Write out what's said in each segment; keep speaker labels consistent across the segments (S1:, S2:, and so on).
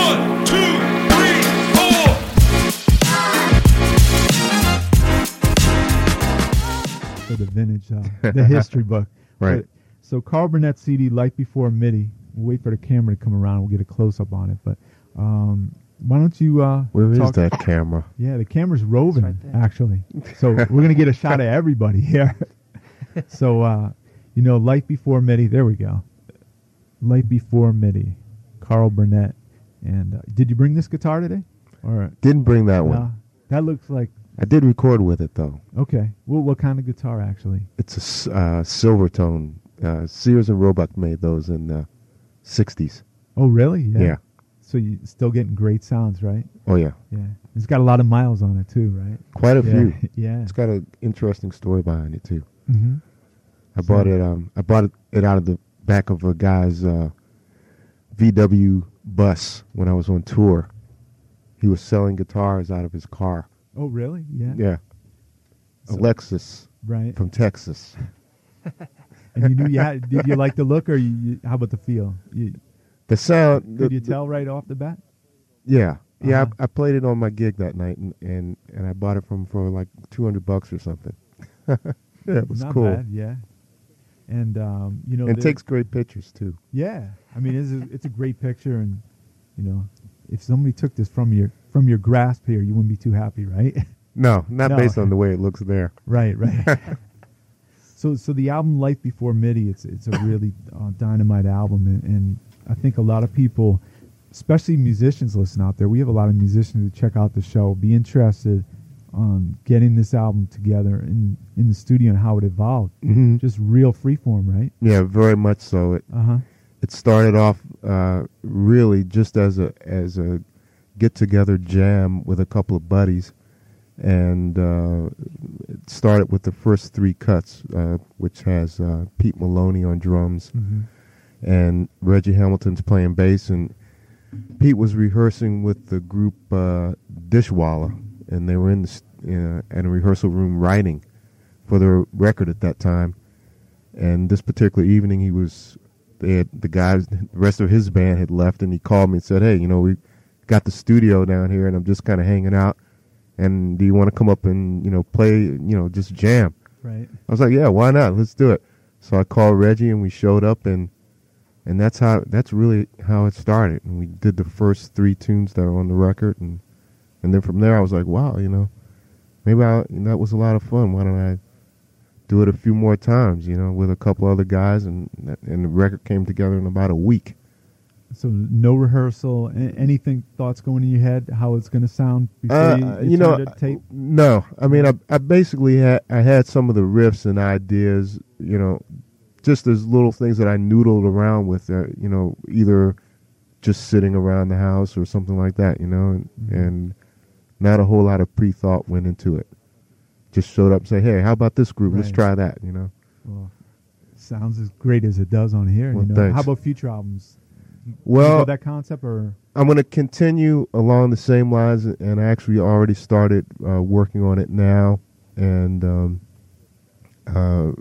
S1: One, two, three, four.
S2: for the vintage, uh, the history book.
S3: Right.
S2: But- so Carl Burnett's CD, Life Before MIDI. We'll wait for the camera to come around. We'll get a close up on it. But um, why don't you? Uh,
S3: Where is
S2: talk-
S3: that camera?
S2: Yeah, the camera's roving
S4: right there.
S2: actually. So we're gonna get a shot of everybody here. so uh, you know, Life Before MIDI. There we go. Life Before MIDI, Carl Burnett. And uh, did you bring this guitar today? Or
S3: Didn't bring that
S2: Nah,
S3: one.
S2: that looks like
S3: I did record with it though.
S2: okay. Well, what kind of guitar actually?
S3: It's a s- uh, silver tone. Uh, Sears and Roebuck made those in the '60s.
S2: Oh, really?
S3: Yeah.
S2: So you still getting great sounds, right?
S3: Oh yeah.
S2: Yeah. It's got a lot of miles on it too, right?
S3: Quite a
S2: yeah.
S3: few.
S2: yeah.
S3: It's got an interesting story behind it too.
S2: hmm
S3: I bought it. Um, I bought it, it out of the back of a guy's uh, VW bus when I was on tour. He was selling guitars out of his car.
S2: Oh, really? Yeah.
S3: Yeah, a Lexus
S2: Right.
S3: from Texas.
S2: And you knew you had, did you like the look or you, you, how about the feel? You,
S3: The sound. the-
S2: could you
S3: the-
S2: tell right off the bat?
S3: Yeah, yeah.
S2: Uh-huh.
S3: I, I played it on my gig that night, and and, and I bought it from for like two hundred bucks or something. yeah, it was
S2: Not
S3: cool.
S2: bad, yeah. And um, you know,
S3: and
S2: there-
S3: takes great pictures too.
S2: Yeah, I mean, it's a, it's a great picture, and you know, if somebody took this from your from your grasp here, you wouldn't be too happy, right?
S3: No, not
S2: No.
S3: based on the way it looks there.
S2: Right, right. so, so the album "Life Before MIDI" it's it's a really uh, dynamite album, and, and I think a lot of people, especially musicians, listen out there. We have a lot of musicians who check out the show, be interested on getting this album together in in the studio and how it evolved.
S3: Mhm.
S2: Just real freeform, right?
S3: Yeah, very much so. It
S2: Uh huh.
S3: it started off uh, really just as a as a get together jam with a couple of buddies, and uh, it started with the first three cuts, uh, which has uh, Pete Maloney on drums.
S2: Mm-hmm.
S3: and Reggie Hamilton's playing bass, and Pete was rehearsing with the group uh, Dishwalla, and they were in the s- in a, in a rehearsal room writing for their record at that time. And this particular evening, he was they had, the guys, the rest of his band had left, and he called me and said, "Hey, you know, we got the studio down here, and I'm just kind of hanging out." And do you want to come up and you know play you know just jam?
S2: Right.
S3: I was like, yeah, why not? Let's do it. So I called Reggie and we showed up and and that's how that's really how it started. And we did the first three tunes that are on the record and and then from there I was like, wow, you know, maybe I, that was a lot of fun. Why don't I do it a few more times, you know, with a couple other guys and that- and the record came together in about a week.
S2: So no rehearsal, a- anything thoughts going in your head, how it's going to sound before
S3: Uh,
S2: you, you
S3: know,
S2: turned it to tape.
S3: no. I mean, I, I basically had I had some of the riffs and ideas, you know, just as little things that I noodled around with, uh, you know, either just sitting around the house or something like that, you know, and,
S2: Mm-hmm.
S3: and not a whole lot of pre thought went into it. Just showed up and say, hey, how about this group? Let's
S2: Right.
S3: try that, you know.
S2: Well, sounds as great as it does on here.
S3: Well,
S2: you know,
S3: thanks.
S2: how about future albums? you
S3: Well,
S2: got that concept or
S3: I'm going to continue along the same lines, and I actually already started uh, working on it now, and um, uh,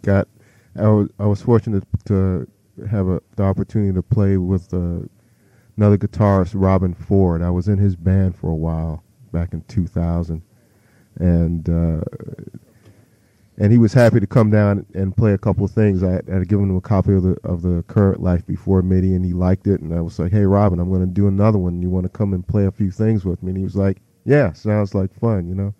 S3: got. I was, I was fortunate to have a, the opportunity to play with uh, another guitarist, Robin Ford. I was in his band for a while back in 2000, and uh, and he was happy to come down and play a couple of things. I had, I had given him a copy of the of the current life before MIDI, and he liked it. And I was like, "Hey, Robin, I'm going to do another one. You want to come and play a few things with me?" And he was like, "Yeah, sounds like fun," you know.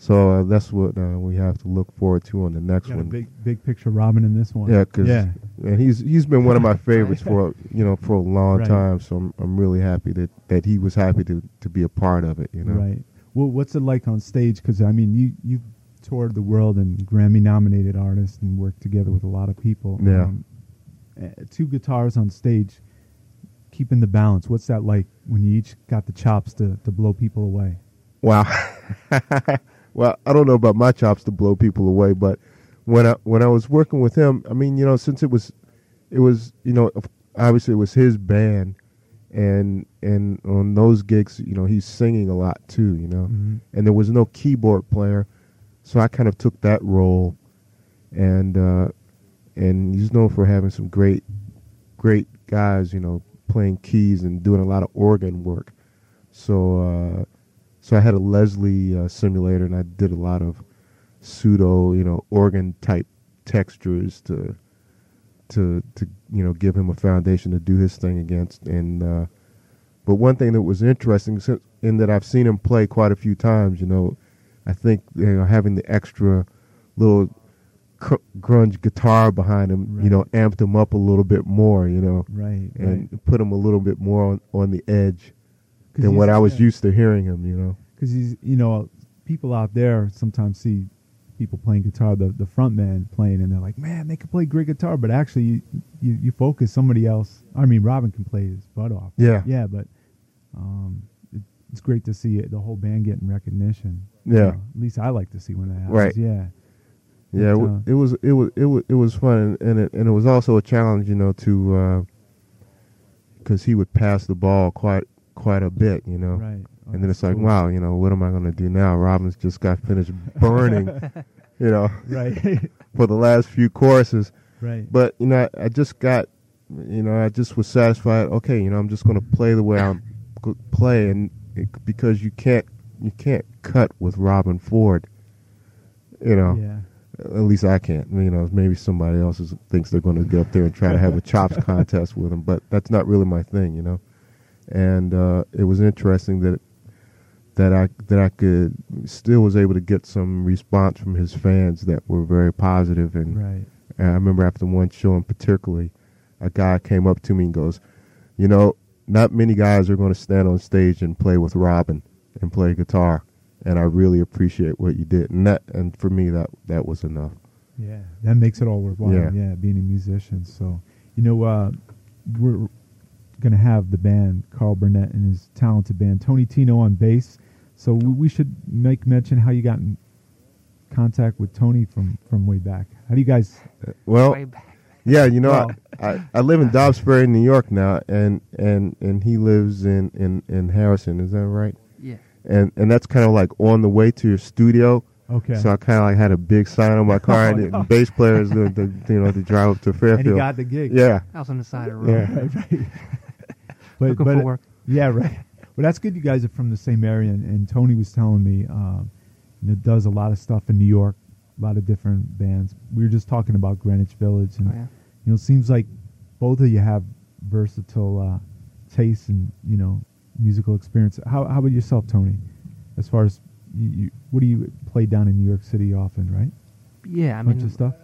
S3: So uh, that's what uh, we have to look forward to on the next
S2: got a
S3: one.
S2: big big picture Robin in this one?
S3: Yeah, because
S2: yeah,
S3: and he's he's been one of my favorites for you know for a long
S2: Right.
S3: time. So I'm I'm really happy that that he was happy to to be a part of it. You know,
S2: right. Well, what's it like on stage? Because I mean, you you have toured the world and Grammy nominated artists and worked together with a lot of people.
S3: Yeah.
S2: uh, two guitars on stage, keeping the balance. What's that like when you each got the chops to to blow people away?
S3: Wow. well, I don't know about my chops to blow people away, but when I when I was working with him, I mean, you know, since it was it was you know of- obviously it was his band, and and on those gigs, you know, he's singing a lot too, you know,
S2: Mhm.
S3: and there was no keyboard player, so I kind of took that role, and uh, and he's known for having some great great guys, you know, playing keys and doing a lot of organ work. So uh, so I had a Leslie uh, simulator and I did a lot of pseudo you know organ type textures to to to you know give him a foundation to do his thing against and uh, but one thing that was interesting since- in that I've seen him play quite a few times you know I think you know, having the extra little cr- grunge guitar behind him you
S2: Right.
S3: know amped him up a little bit more you know
S2: Right.
S3: and
S2: right.
S3: put him a little bit more on, on the edge
S2: 'Cause
S3: than
S2: he's-
S3: what I was
S2: yeah.
S3: used to hearing him you know
S2: because he's you know people out there sometimes see people playing guitar the the front man playing and they're like man they can play great guitar but actually you, you, you focus somebody else i mean robin can play his butt off
S3: Yeah.
S2: yeah but um it, it's great to see it, the whole band getting recognition
S3: Yeah.
S2: Uh, at least i like to see when that happens
S3: Right.
S2: yeah
S3: Yeah, it,
S2: But,
S3: w-
S2: uh,
S3: it was it was it was it was fun, and and it, and it was also a challenge, you know, to because he would pass the ball quite quite a bit, you know.
S2: right Oh,
S3: And then
S2: that's
S3: it's like,
S2: cool.
S3: wow, you know, what am I going to do now? Robin's just got finished burning, you know,
S2: right
S3: for the last few courses.
S2: right
S3: But you know, I, I just got, you know, I just was satisfied. Okay, you know, I'm just going to play the way I'm g- play, and it, because you can't you can't cut with Robin Ford, you know
S2: yeah
S3: at least I can't. You know, maybe somebody else is, thinks they're going to get up there and try to have a chops contest with him, but that's not really my thing, you know. And uh, it was interesting that that I that I could still was able to get some response from his fans that were very positive and
S2: right
S3: and I remember after one show in particularly, a guy came up to me and goes, "You know, not many guys are going to stand on stage and play with Robin and play guitar, and I really appreciate what you did." And that, and for me, that that was enough.
S2: Yeah, that makes it all worthwhile.
S3: Yeah.
S2: Yeah, being a musician. So, you know, uh, we're gonna have the band Carl Burnett and his talented band Tony Tino on bass. So we, we should make mention how you got in contact with Tony from from way back. How do you guys?
S3: Well,
S4: way back.
S3: yeah, you know,
S2: Well-
S3: I, I I live in Dobbsbury, New York now, and and and he lives in in in Harrison. Is that right?
S4: Yeah.
S3: And and that's kind of like on the way to your studio.
S2: Okay.
S3: So I kind of like had a big sign on my
S2: Oh,
S3: car, and the
S2: no.
S3: bass player is going to, you know, to drive up to Fairfield.
S2: and he got the gig. Oh,
S3: Yeah.
S4: I was on the side of the road.
S3: Yeah.
S2: Right. right. but,
S4: Looking
S2: but,
S4: for work.
S2: Yeah. Right. Well, that's good. You guys are from the same area, and, and Tony was telling me um, it does a lot of stuff in New York, a lot of different bands. We were just talking about Greenwich Village, and
S4: Oh, yeah.
S2: you know, it seems like both of you have versatile uh, tastes and you know, musical experience. How how about yourself, Tony? As far as you, you, what do you play down in New York City often, right?
S4: Yeah, I
S2: Bunch
S4: mean,
S2: of stuff.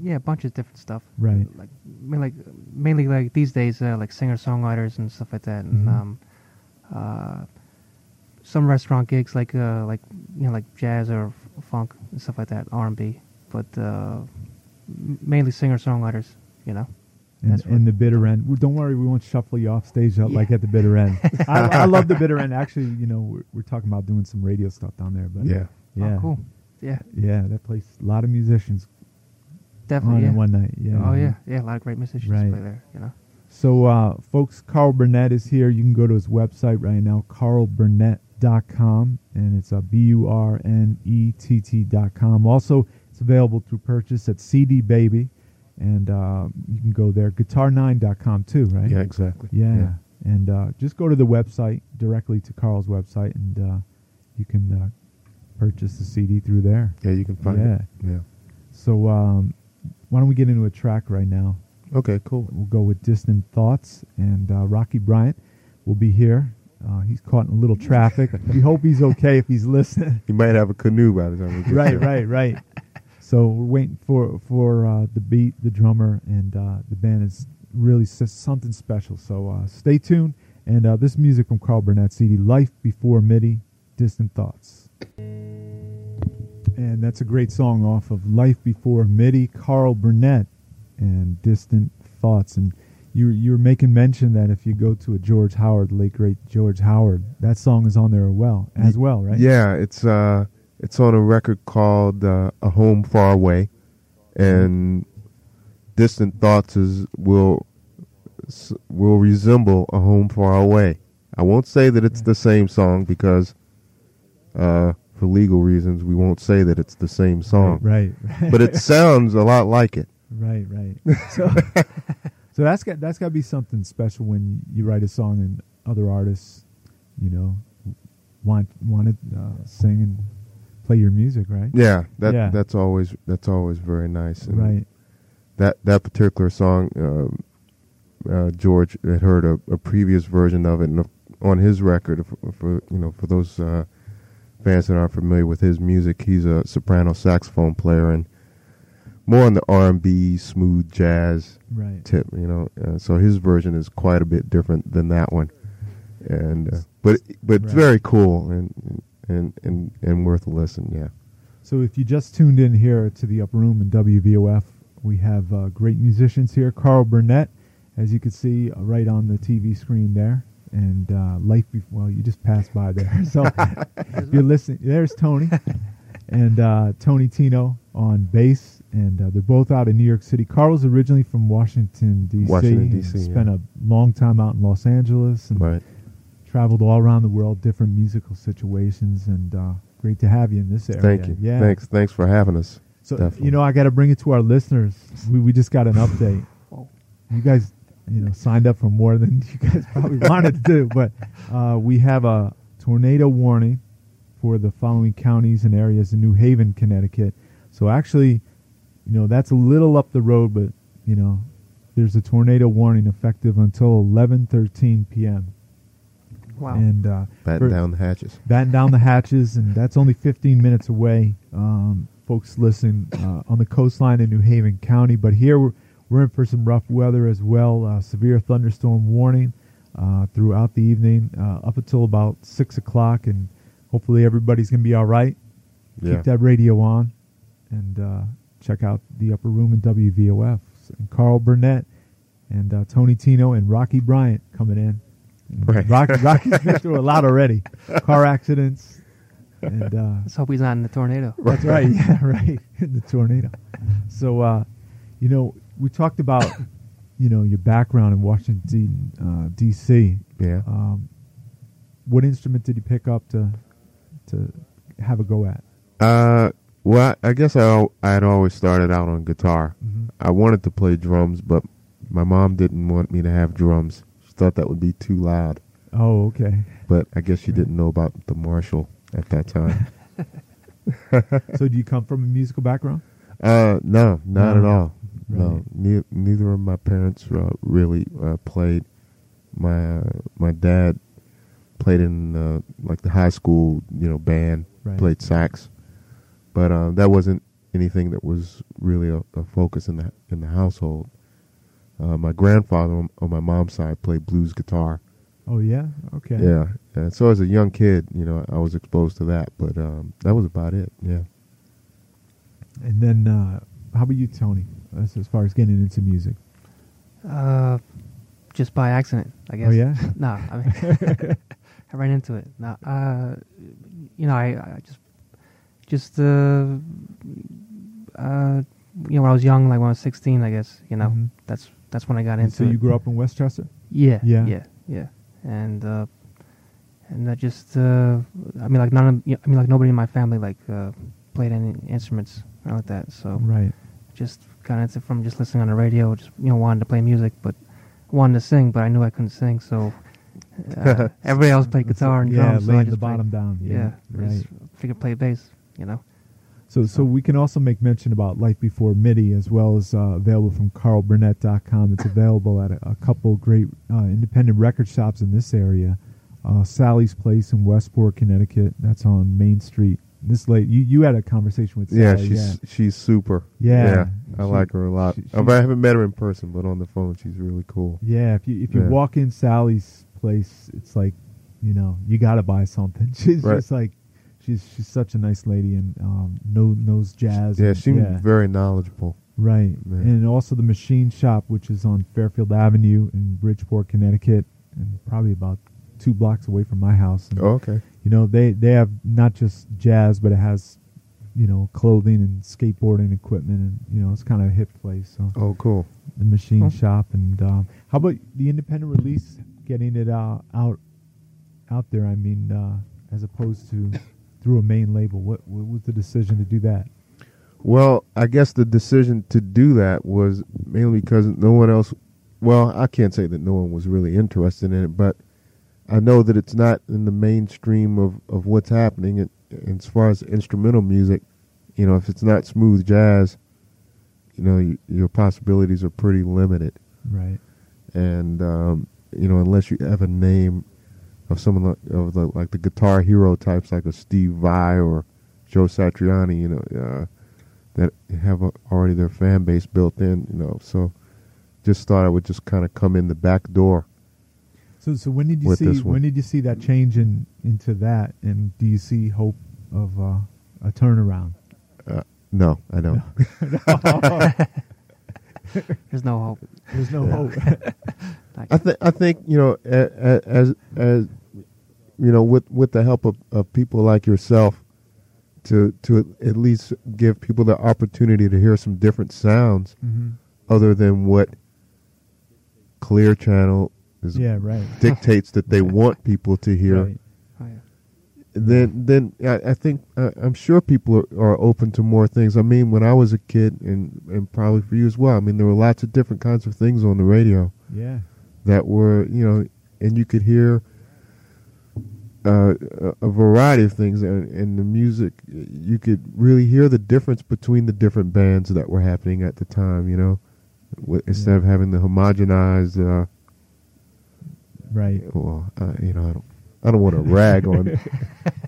S4: yeah, a bunch of different stuff.
S2: Right.
S4: Like, ma- like mainly like these days, uh, like singer songwriters and stuff like that, and
S2: Mhm.
S4: um, uh, some restaurant gigs like uh, like you know like jazz or f- funk and stuff like that, R and B. But uh, m- mainly singer songwriters, you know.
S2: and,
S4: That's
S2: and the bitter end. Well, don't worry, we won't shuffle you off stage uh,
S4: Yeah.
S2: like at the bitter end. I, I love the bitter end. Actually, you know, we're, we're talking about doing some radio stuff down there, but
S3: Yeah.
S2: yeah,
S4: Oh, cool. Yeah,
S2: yeah, that place. A lot of musicians on
S4: definitely. Yeah.
S2: in one night. Yeah.
S4: Oh yeah, yeah. A lot of great musicians
S2: Right.
S4: play there, you know.
S2: So, uh, folks, Carl Burnett is here. You can go to his website right now, carlburnett.com, and it's uh, B U R N E T T.com. Also, it's available through purchase at CD Baby, and uh, you can go there, guitar9.com too, right?
S3: Yeah, exactly.
S2: Yeah. And uh, just go to the website directly to Carl's website, and uh, you can uh, purchase the CD through there.
S3: Yeah, you can find it. Yeah.
S2: So um, why don't we get into a track right now?
S3: Okay, cool.
S2: We'll go with Distant Thoughts, and uh, Rocky Bryant will be here. Uh, he's caught in a little traffic. we hope he's okay if he's listening.
S3: You might have a canoe by the time we get
S2: right,
S3: there.
S2: right, right. So we're waiting for for uh, the beat, the drummer, and uh, the band is really s- something special. So uh, stay tuned. And uh, this music from Carl Burnett CD, "Life Before MIDI," "Distant Thoughts," and that's a great song off of "Life Before MIDI." Carl Burnett and "Distant Thoughts." And you you're making mention that if you go to a George Howard, the late great George Howard, that song is on there well as well, right?
S3: Yeah, it's uh, it's on a record called uh, "A Home Far Away," and "Distant Thoughts" is will s- will resemble "A Home Far Away." I won't say that it's the same song because, uh, for legal reasons, we won't say that it's the same song.
S2: Right. right.
S3: But it sounds a lot like it.
S2: Right, right. So, So that's got that's got to be something special when you write a song and other artists, you know, want want to uh, sing and play your music, right?
S3: Yeah, that
S2: Yeah.
S3: that's always that's always very nice. And
S2: Right.
S3: That that particular song, um uh, George had heard a, a previous version of it, and on his record, for, for you know, for those uh, fans that aren't familiar with his music, he's a soprano saxophone player and more on the R and B, smooth jazz
S2: Right.
S3: tip, you know. Uh, so his version is quite a bit different than that one, and uh, but but it's
S2: Right.
S3: very cool and and and and worth a listen. Yeah.
S2: So if you just tuned in here to the Up Room in WVOF, we have uh, great musicians here. Carl Burnett, as you can see uh, right on the TV screen there, and uh, Life. Be- well, you just passed by there, so if you're listening. There's Tony and uh, Tony Tino on bass, and uh, they're both out in New York City. Carl's originally from Washington D.C.
S3: Washington,
S2: and
S3: D.C.,
S2: Spent
S3: yeah.
S2: a long time out in Los Angeles, and
S3: Right.
S2: traveled all around the world, different musical situations, and uh, great to have you in this area.
S3: Thank you.
S2: Yeah.
S3: Thanks. Thanks for having us.
S2: So
S3: Definitely.
S2: you know, I got to bring it to our listeners. We we just got an update. You guys, you know, signed up for more than you guys probably wanted to do, but uh, we have a tornado warning for the following counties and areas in New Haven, Connecticut. So actually, you know, that's a little up the road, but you know, there's a tornado warning effective until 11:13 p.m.
S4: Wow.
S2: And uh, for-
S3: Batten down the hatches.
S2: batten down the hatches, and that's only 15 minutes away. Um, folks, listen uh, on the coastline in New Haven County, but here we're, we're in for some rough weather as well. Uh, severe thunderstorm warning uh, throughout the evening, uh, up until about six o'clock, and hopefully everybody's gonna be all right.
S3: Yeah.
S2: Keep that radio on, and uh, check out the upper room in WVOF. And Carl Burnett and uh, Tony Tino and Rocky Bryant coming in.
S3: Right.
S2: Rocky, Rocky's been through a lot already. Car accidents. And uh,
S4: Let's hope he's not in the tornado.
S2: that's right. Yeah, right. the tornado. So, uh, you know, we talked about, you know, your background in Washington, uh, D.C.
S3: Yeah.
S2: Um, what instrument did you pick up to to have a go at?
S3: Uh, well, I I guess I al- I had always started out on guitar.
S2: Mhm.
S3: I wanted to play drums, but my mom didn't want me to have drums. She thought that would be too loud.
S2: Oh, okay.
S3: But I guess she
S2: Right.
S3: didn't know about the Marshall at that time.
S2: so, do you come from a musical background?
S3: uh, no, not
S2: No.
S3: at all. No,
S2: Right.
S3: ne- neither of my parents uh, really uh, played. My uh, my dad played in uh, like the high school, you know, band.
S2: Right.
S3: Played sax, but uh, that wasn't anything that was really a, a focus in the in the household. Uh, my grandfather on, on my mom's side played blues guitar.
S2: Oh, yeah. Okay.
S3: Yeah. And so as a young kid, you know, I was exposed to that, but um, that was about it. Yeah.
S2: And then, uh, how about you, Tony? As, as far as getting into music,
S4: Uh, just by accident, I guess.
S2: Oh, yeah?
S4: no, I mean, I ran into it. No, uh, you know, I, I just, just uh, uh, you know, when I was young, like when I was sixteen, I guess. You know,
S2: Mhm.
S4: that's that's when I got
S2: and
S4: into.
S2: so
S4: it.
S2: you grew up in Westchester.
S4: Yeah,
S2: Yeah.
S4: yeah, yeah, and uh, and I just, uh, I mean, like none of, you know, I mean, like nobody in my family like uh, played any instruments or like that. So
S2: Right.
S4: just got into it from just listening on the radio. Just you know, wanted to play music, but wanted to sing, but I knew I couldn't sing. So uh, everybody else played guitar and
S2: yeah,
S4: drums. so I
S2: laying
S4: just
S2: the bottom
S4: Played,
S2: down. Yeah.
S4: yeah, I
S2: Right.
S4: just figured play bass. You know,
S2: So, so we can also make mention about Life Before MIDI as well as uh, available from carlburnett.com. It's available at a, a couple great uh, independent record shops in this area. Uh, Sally's Place in Westport, Connecticut. That's on Main Street. This late, you, you had a conversation with Sally.
S3: Yeah, she's she's super.
S2: Yeah.
S3: I
S2: She-
S3: like her a lot.
S2: she- she-
S3: I haven't met her in person, but on the phone, she's really cool.
S2: Yeah, if you if you
S3: Yeah.
S2: walk in Sally's place, it's like, you know, you gotta buy something. She's
S3: Right.
S2: just like, she's she's such a nice lady and um, know, knows jazz.
S3: Yeah,
S2: and-
S3: she's very knowledgeable.
S2: right.
S3: Yeah.
S2: And also the Machine Shop, which is on Fairfield Avenue in Bridgeport, Connecticut, and probably about two blocks away from my house. And,
S3: Okay.
S2: You know, they they have not just jazz, but it has, you know, clothing and skateboarding equipment, and you know, it's kind of a hip place. So
S3: Oh, cool.
S2: the machine
S4: Cool.
S2: shop and um, how about the independent release getting it uh, out out there i mean uh, as opposed to through a main label what, what was the decision to do that
S3: Well, I guess the decision to do that was mainly because no one else well, I can't say that no one was really interested in it, but I know that it's not in the mainstream of, of what's happening. It, as far as instrumental music, you know, if it's not smooth jazz, you know, y your possibilities are pretty limited.
S2: Right.
S3: And um, you know, unless you have a name of someone like, of the, like the guitar hero types, like a Steve Vai or Joe Satriani, you know, uh, that have a, already their fan base built in, you know, so just thought I would just kind of come in the back door.
S2: So so when did you
S3: With
S2: see
S3: this one.
S2: when did you see that change in into that and do you see hope of uh, a turnaround?
S3: Uh, No, I don't.
S4: There's no hope.
S2: There's no hope.
S4: Like,
S3: I think I think you know a- a- as as you know with with the help of, of people like yourself to to at least give people the opportunity to hear some different sounds
S2: hmm
S3: other than what Clear Channel is
S2: Yeah, right.
S3: dictates that they want people to hear.
S2: Right.
S4: oh, yeah.
S3: Then then I, I think I, I'm sure people are, are open to more things. I mean, when I was a kid and and probably for you as well. I mean, there were lots of different kinds of things on the radio
S2: Yeah.
S3: that were you know, and you could hear uh, a a variety of things, and, and the music you could really hear the difference between the different bands that were happening at the time. You know, Wi- instead of having the homogenized, uh,
S2: Right.
S3: well, uh, you know, I don't, I don't want to rag on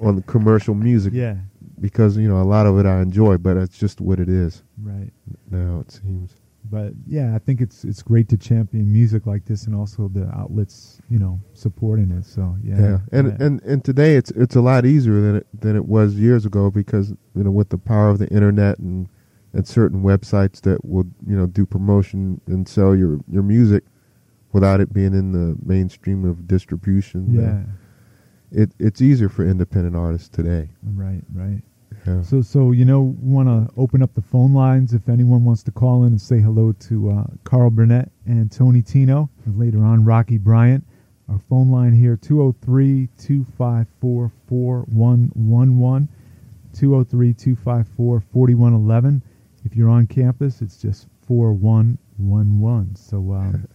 S3: on the commercial music
S2: Yeah.
S3: because you know a lot of it I enjoy, but it's just what it is
S2: Right.
S3: now. It seems.
S2: But yeah, I think it's it's great to champion music like this and also the outlets, you know, supporting it. So yeah.
S3: Yeah, and
S2: yeah.
S3: and and today it's it's a lot easier than it than it was years ago because you know with the power of the internet and and certain websites that will you know do promotion and sell your your music without it being in the mainstream of distribution.
S2: yeah.
S3: it it's easier for independent artists today.
S2: Right, right.
S3: Yeah.
S2: So, so you know, want to open up the phone lines if anyone wants to call in and say hello to uh, Carl Burnett and Tony Tino, and later on Rocky Bryant. Our phone line here 203 254 4111. 203 254 4111. If you're on campus, it's just 4111. So, um,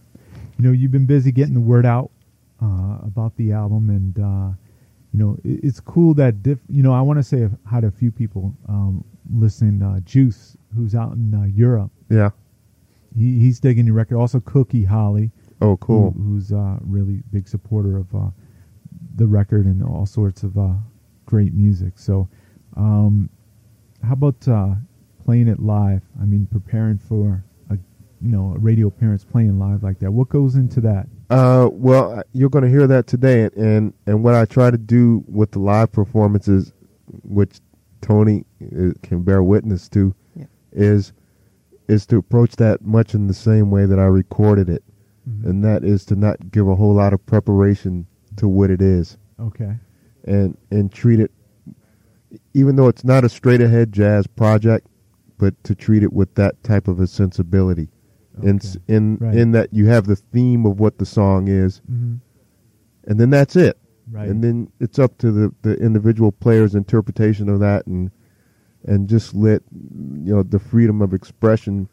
S2: you know, you've been busy getting the word out uh, about the album, and, uh, you know, it, it's cool that, diff- you know, I want to say hi to a few people um, listening. Uh, Juice, who's out in uh, Europe,
S3: yeah.
S2: he, he's digging your record. Also, Cookie Holly,
S3: Oh, cool.
S2: who, who's uh, really big supporter of uh, the record and all sorts of uh, great music. So, um, how about uh, playing it live? I mean, preparing for a you know a radio appearance, playing live like that. What goes into that?
S3: Uh, well, uh, you're going to hear that today, and, and and what I try to do with the live performances, which Tony uh, can bear witness to,
S4: Yeah.
S3: is is to approach that much in the same way that I recorded it,
S2: Mm-hmm.
S3: and that is to not give a whole lot of preparation to what it is,
S2: Okay,
S3: and and treat it, even though it's not a straight ahead jazz project, but to treat it with that type of a sensibility, in s-
S2: Okay.
S3: in
S2: Right.
S3: in that you have the theme of what the song is
S2: mm-hmm.
S3: and then that's it.
S2: right,
S3: And then it's up to the, the individual player's interpretation of that, and and just let you know the freedom of expression,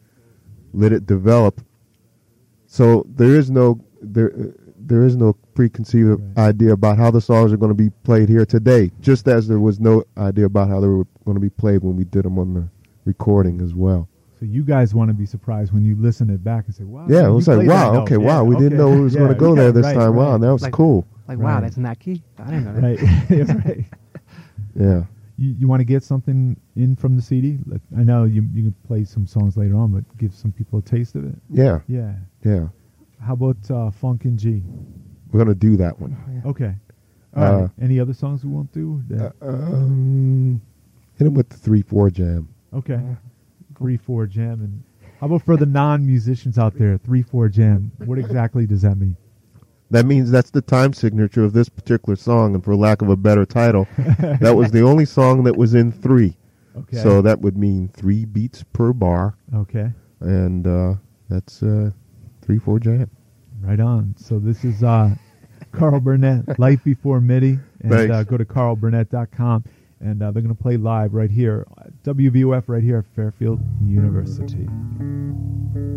S3: let it develop. So there is no there there is no preconceived
S2: Right.
S3: idea about how the songs are going to be played here today, just as there was no idea about how they were going to be played when we did them on the recording as well.
S2: so you guys want to be surprised when you listen it back and say, "Wow!"
S3: yeah, it
S2: Oh, you
S3: was like
S2: played that
S3: wow,
S2: note."
S3: okay,
S2: Yeah,
S3: wow, we didn't know
S2: okay.
S3: it was going
S2: Yeah,
S3: to go
S2: yeah,
S3: there this
S2: right,
S3: time. Wow,
S2: right,
S3: that was
S4: Like-
S3: cool.
S4: like wow,
S2: Right.
S4: that's in that key. I didn't know that.
S2: right, Yeah, right.
S3: Yeah.
S2: You, you want to get something in from the CD? Like, I know you you can play some songs later on, but give some people a taste of it.
S3: Yeah.
S2: Yeah.
S3: Yeah.
S2: How about uh, Funk and G?
S3: We're going to do that one.
S2: Okay. All right.
S3: Uh,
S2: Any other songs we won't do?
S3: Uh,
S2: That-
S3: um, hit him with the three four jam.
S2: okay.
S3: uh,
S2: Three four jam and how about for the non musicians out there? Three four jam. What exactly does that mean?
S3: That means that's the time signature of this particular song, and for lack of a better title, that was the only song that was in three.
S2: Okay.
S3: So that would mean three beats per bar,
S2: okay.
S3: and uh, that's uh, three four jam.
S2: Right on. So this is uh, Carl Burnett, Life Before MIDI, and
S3: Thanks.
S2: uh, go to carlburnett.com, and uh, they're going to play live right here, at WVOF right here at Fairfield University.